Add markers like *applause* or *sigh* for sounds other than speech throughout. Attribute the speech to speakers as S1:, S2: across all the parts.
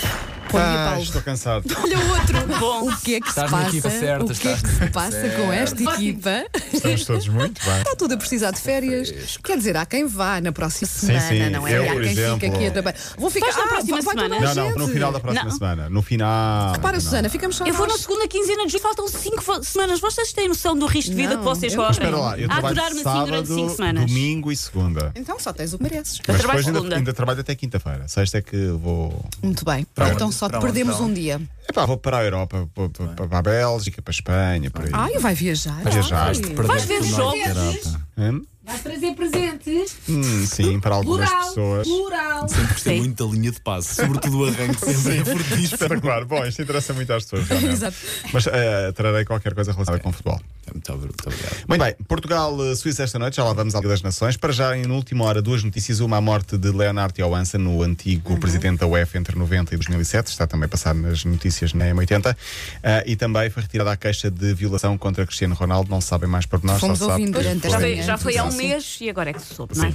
S1: Responde-lhe,
S2: Ah,
S1: Paulo.
S2: estou cansado.
S1: Olha o outro.
S3: Bom,
S4: O que é que se
S3: Estás na
S4: passa?
S3: equipa certa,
S4: o que é
S3: estás
S4: que se passa com esta equipa?
S2: Estamos todos muito bem.
S4: Está tudo a precisar de férias. Quer dizer, há quem vá na próxima semana,
S2: sim,
S4: não é?
S2: eu,
S4: há
S2: por
S4: quem fica
S2: exemplo.
S4: aqui a trabalhar. Vou ficar
S3: Vais na
S4: ah,
S3: próxima
S4: vai- vai
S3: semana?
S4: toda
S2: Não,
S4: a
S2: não,
S4: gente.
S2: no final da próxima
S3: Não.
S2: semana. No final.
S4: Repara,
S2: Não,
S4: Susana,
S2: não.
S4: ficamos só
S3: eu vou na
S4: nós.
S3: segunda quinzena de julho, faltam 5 semanas. Vocês têm noção do risco de vida
S4: Não,
S3: que vocês
S4: eu-
S3: correm?
S2: Espera lá, eu
S3: a
S2: trabalho
S3: aturar-me assim durante 5
S2: sábado,
S3: semanas.
S2: domingo e segunda.
S4: Então só tens o que mereces.
S3: Eu
S2: Mas
S3: trabalho
S2: depois ainda,
S3: segunda.
S2: ainda trabalho até quinta-feira. Sexta é que vou.
S4: Muito bem.
S2: Para
S4: então
S5: onde?
S4: só te
S5: Para onde,
S4: perdemos
S2: tá
S5: para
S4: um
S5: onde?
S4: dia.
S2: Epá, vou para a Europa, para, para, para a Bélgica, para a Espanha, por aí.
S4: Ai, vai viajar.
S2: Vai viajar.
S4: Ai.
S3: Vais ver os jogos?
S2: Hum?
S6: Vais trazer presentes?
S2: Hum, sim, para algumas
S6: Plural.
S2: pessoas.
S6: Plural.
S5: Sempre gostei
S3: Sim.
S5: muito da linha de passe, sobretudo
S4: *laughs*
S5: o arranque sempre é fortíssimo.
S2: Espetacular. Bom, isto interessa muito às pessoas. realmente.
S4: Exato.
S2: Mas eh, trarei qualquer coisa relacionada com futebol.
S5: Muito obrigado.
S2: Muito bem, Portugal-Suíça esta noite, já lá vamos à Liga das Nações. Para já, em última hora, duas notícias. Uma, a morte de Leonardo Johansson, o antigo
S3: Uhum.
S2: presidente da UEFA entre 90 e 2007, está também a passar nas notícias na M80. Ah, e também foi retirada a queixa de violação contra Cristiano Ronaldo, não se sabem mais por nós.
S4: Fomos
S2: só se sabe
S4: ouvindo
S2: que
S4: durante
S3: Já
S4: esta
S3: foi,
S4: manhã.
S3: já foi há um
S4: Sim.
S3: mês e agora é que se soube, não é?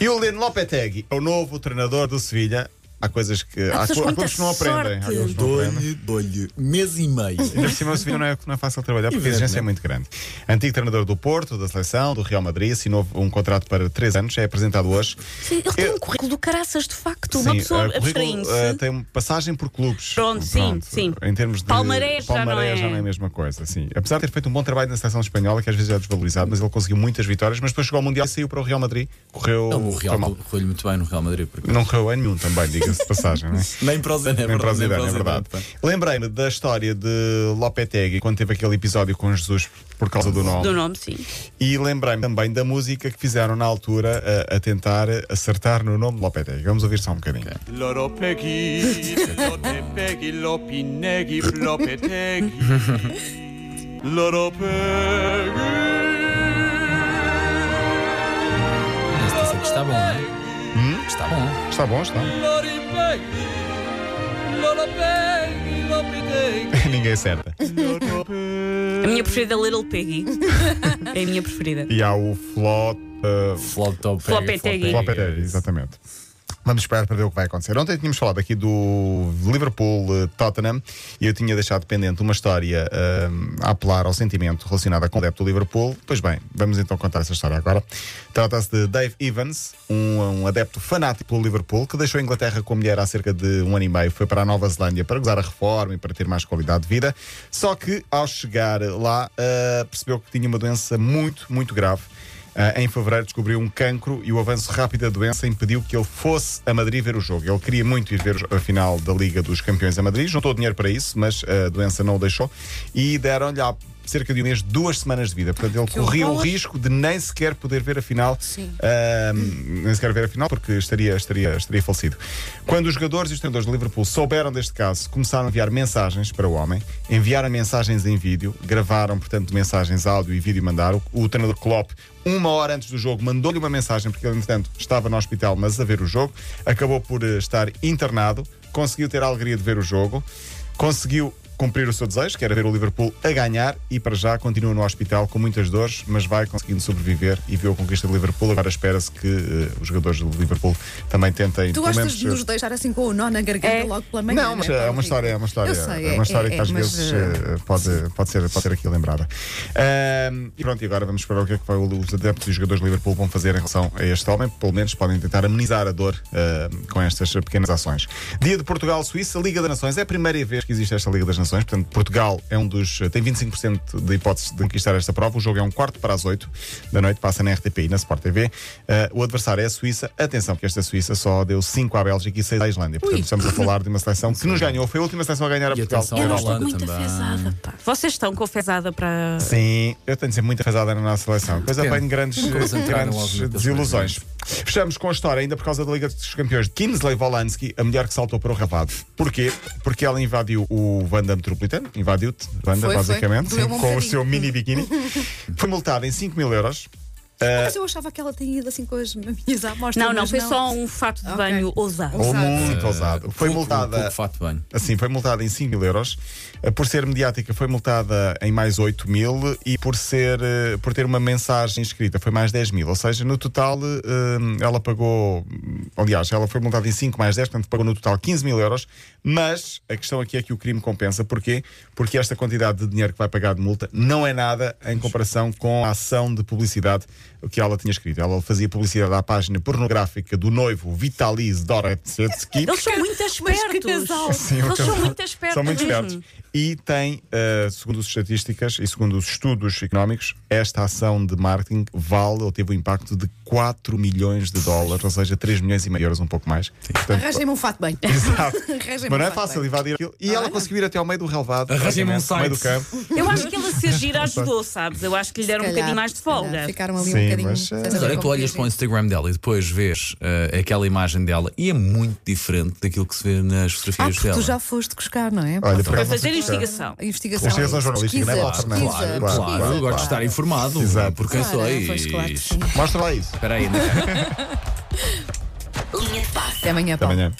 S2: Julian Lopetegui é o novo treinador do Sevilha. Há coisas que. Há,
S3: pessoas
S2: clu-
S3: com
S2: há clubes que não
S3: muita
S2: aprendem. Há clubes
S3: sorte.
S2: que não aprendem.
S5: Dou-lhe, dou-lhe mês e
S2: *laughs*
S5: meio.
S2: Ainda por cima, o Sevilha não é, não é fácil trabalhar porque a exigência é muito grande. Antigo treinador do Porto, da seleção, do Real Madrid, assinou um contrato para 3 anos, é apresentado hoje.
S3: Sim, ele tem um currículo do caraças, de facto. Uma
S2: Sim,
S3: pessoa
S2: eh, currículo,
S3: abstraindo-se.
S2: eh, tem passagem por clubes.
S3: Pronto, sim, sim.
S2: Em termos de
S3: Palmarés já não
S2: palmarés
S3: é-
S2: já não é a mesma coisa. Sim. Apesar de ter feito um bom trabalho na seleção espanhola, que às vezes é desvalorizado, mas ele conseguiu muitas vitórias, mas depois chegou ao Mundial e saiu para o Real Madrid. Correu.
S5: Não, o
S2: foi
S5: Real
S2: mal.
S5: correu-lhe muito bem no Real Madrid. Porque...
S2: Não correu a nenhum também, diga-se de passagem, não é?
S5: Nem para o Zé, é
S2: Nem
S5: verdade.
S2: para o
S5: nem
S2: Zidane,
S5: para o
S2: é verdade.
S5: Zidane,
S2: Lembrei-me da história de Lopetegui, quando teve aquele episódio com Jesus por causa do um nome.
S3: Do nome, sim.
S2: E lembrei-me também da música que fizeram na altura a, a tentar acertar no nome de Lopetegui. Vamos ouvir só um bocadinho.
S7: Loro Peggy, Lotte Peggy, Lopineggy, Flopeteggy. Loro
S5: pá. Este eu sei que está bom, não é? Está bom.
S2: Está bom, está? *laughs* Ninguém acerta.
S3: A minha preferida é Little
S2: *laughs*
S3: Piggy. é a minha preferida.
S2: E há o Flop. eh,
S5: Flop é
S3: Flopetegui.
S2: Lopetegui, é exatamente. Vamos esperar para ver o que vai acontecer. Ontem tínhamos falado aqui do Liverpool-Tottenham e eu tinha deixado pendente uma história hum, a apelar ao sentimento relacionada com o adepto do Liverpool. Pois bem, vamos então contar essa história agora. Trata-se de Dave Evans, um, um adepto fanático pelo Liverpool, que deixou a Inglaterra com a mulher há cerca de um ano e meio, foi para a Nova Zelândia para gozar a reforma e para ter mais qualidade de vida. Só que ao chegar lá ah, percebeu que tinha uma doença muito, muito grave. Ah, em fevereiro descobriu um cancro e o avanço rápido da doença impediu que ele fosse a Madrid ver o jogo. Ele queria muito ir ver o- a final da Liga dos Campeões a Madrid, juntou dinheiro para isso, mas a doença não o deixou e deram-lhe há cerca de um mês duas semanas de vida. Portanto, ele corria o
S4: horror.
S2: risco de nem sequer poder ver a final.
S4: Sim.
S2: ah, nem sequer ver a final porque estaria, estaria, estaria falecido. Quando os jogadores e os treinadores do Liverpool souberam deste caso, começaram a enviar mensagens para o homem, enviaram mensagens em vídeo, gravaram, portanto, mensagens áudio e vídeo e mandaram. O treinador Klopp, uma hora antes do jogo, mandou-lhe uma mensagem, porque ele, entretanto, estava no hospital, mas a ver o jogo, acabou por eh, estar internado, conseguiu ter a alegria de ver o jogo, conseguiu cumprir o seu desejo, que era ver o Liverpool a ganhar e para já continua no hospital com muitas dores, mas vai conseguindo sobreviver e viu a conquista do Liverpool. Agora espera-se que eh, os jogadores do Liverpool também tentem
S4: Tu
S2: pelo
S4: gostas
S2: menos, eh,
S4: de nos deixar assim com o nó na garganta
S3: É.
S4: logo pela manhã?
S2: não, mas
S4: é,
S2: é
S4: Paulo
S2: uma
S4: Rico?
S2: história, é uma história.
S4: Eu sei,
S2: é
S4: é-
S2: uma história
S4: é-
S2: que às
S4: mas,
S2: vezes
S4: eh,
S2: eh, pode, pode, ser, pode ser aqui lembrada. Ahm, e pronto, e agora vamos esperar o que é que vai- os adeptos e os jogadores do Liverpool vão fazer em relação a este homem. Pelo menos podem tentar amenizar a dor ahm, com estas pequenas ações. Dia de Portugal-Suíça, Liga das Nações. É a primeira vez que existe esta Liga das Nações. Portanto, Portugal é um dos. tem 25% de hipóteses de conquistar esta prova. O jogo é um quarto para as 8 da noite, passa na RTP e na Sport TV. Ah, o adversário é a Suíça. Atenção, que esta Suíça só deu 5 à Bélgica e 6 à Islândia. Portanto, estamos a falar de uma seleção que nos ganhou. Foi a última seleção a ganhar a
S5: E
S2: Portugal.
S5: atenção
S3: Eu não
S5: à
S2: Europa.
S3: estou
S5: Holanda
S3: com muita
S5: também.
S3: fezada, pá. Vocês estão com fezada para.
S2: Sim, eu tenho de ser muito afasada na nossa seleção. Depois
S5: Depende.
S2: apanho grandes,
S5: Nunca vos entraram
S2: grandes
S5: logo muitas
S2: desilusões. Fechamos com a história, ainda por causa da Liga dos Campeões, de Kinsley Volansky, a mulher que saltou para o rabado. Porquê? Porque ela invadiu o Wanda Metropolitano, invadiu-te, Wanda,
S4: Foi, foi.
S2: basicamente,
S4: Doeu-me um
S2: com o
S4: bocadinho. *laughs*
S2: seu mini biquíni. Foi multada em 5 mil euros. eh,
S4: Mas eu achava que ela tinha ido assim com as minhas amostras.
S3: Não, não,
S4: mas
S3: foi só um fato de
S4: Ok.
S3: banho ousado.
S2: Ou
S4: Ousado.
S2: muito ousado. Foi
S5: Pouco-
S2: multada.
S5: pouco fato bem.
S2: Assim, foi multada em 5 mil euros. Eh, Por ser mediática, foi multada em mais 8 mil e por, ser, eh, por ter uma mensagem escrita foi mais 10 mil. Ou seja, no total, eh, ela pagou hum, aliás, ela foi multada em 5 mais 10, portanto pagou no total 15 mil euros. Mas a questão aqui é que o crime compensa. Porquê? Porque esta quantidade de dinheiro que vai pagar de multa não é nada em comparação com a ação de publicidade que ela tinha escrito. Ela fazia publicidade à página pornográfica do noivo Vitaliz
S3: *laughs*
S2: Doretsky.
S3: Eles são muito espertos.
S4: casal.
S2: Sim,
S3: Eles
S2: eu-
S3: são muito espertos.
S2: São muito
S3: mesmo.
S2: espertos. E tem, eh, segundo as estatísticas e segundo os estudos económicos, esta ação de marketing vale ou teve um impacto de 4 milhões de dólares, ou seja, 3 milhões e meio euros, um pouco mais.
S4: *laughs*
S2: Portanto,
S4: Arranjem-me um fato bem.
S2: Exato.
S4: Arranjem-me
S2: Mas não é
S4: um fato
S2: fácil
S4: bem.
S2: invadir aquilo. E ela conseguiu ir até ao meio do relvado,
S5: Arranjem-me um
S2: praticamente, ao meio do
S5: site.
S2: campo.
S3: Eu acho que ela se agir ajudou, sabes? Eu acho que lhe deram um bocadinho mais de folga.
S4: Ficaram ali
S2: Sim,
S4: um bocadinho.
S2: mas,
S4: sem
S2: eh,
S4: saber
S5: Mas olha, é tu
S4: como é
S5: olhas
S4: fingir.
S5: para o Instagram dela e depois vês eh, aquela imagem dela e é muito diferente daquilo que se vê nas
S4: Ah,
S5: fotografias
S4: porque
S5: dela.
S4: tu já foste buscar, não é?
S2: Olha, por
S3: Para
S2: acaso não
S3: fazer
S2: sei explicar.
S3: investigação.
S4: A investigação.
S2: Investigação jornalística,
S4: Pesquisa,
S2: não é, Walter? Não,
S4: pesquisa,
S5: Claro,
S4: pesquisa,
S5: claro, eu gosto de estar informado
S2: Exato.
S5: por quem
S4: Claro,
S5: sou. e-
S4: pois, claro que sim.
S2: Mostra lá isso.
S5: Espera aí, Ana Carla.
S4: Até amanhã,
S2: Até
S4: Paulo.
S2: amanhã.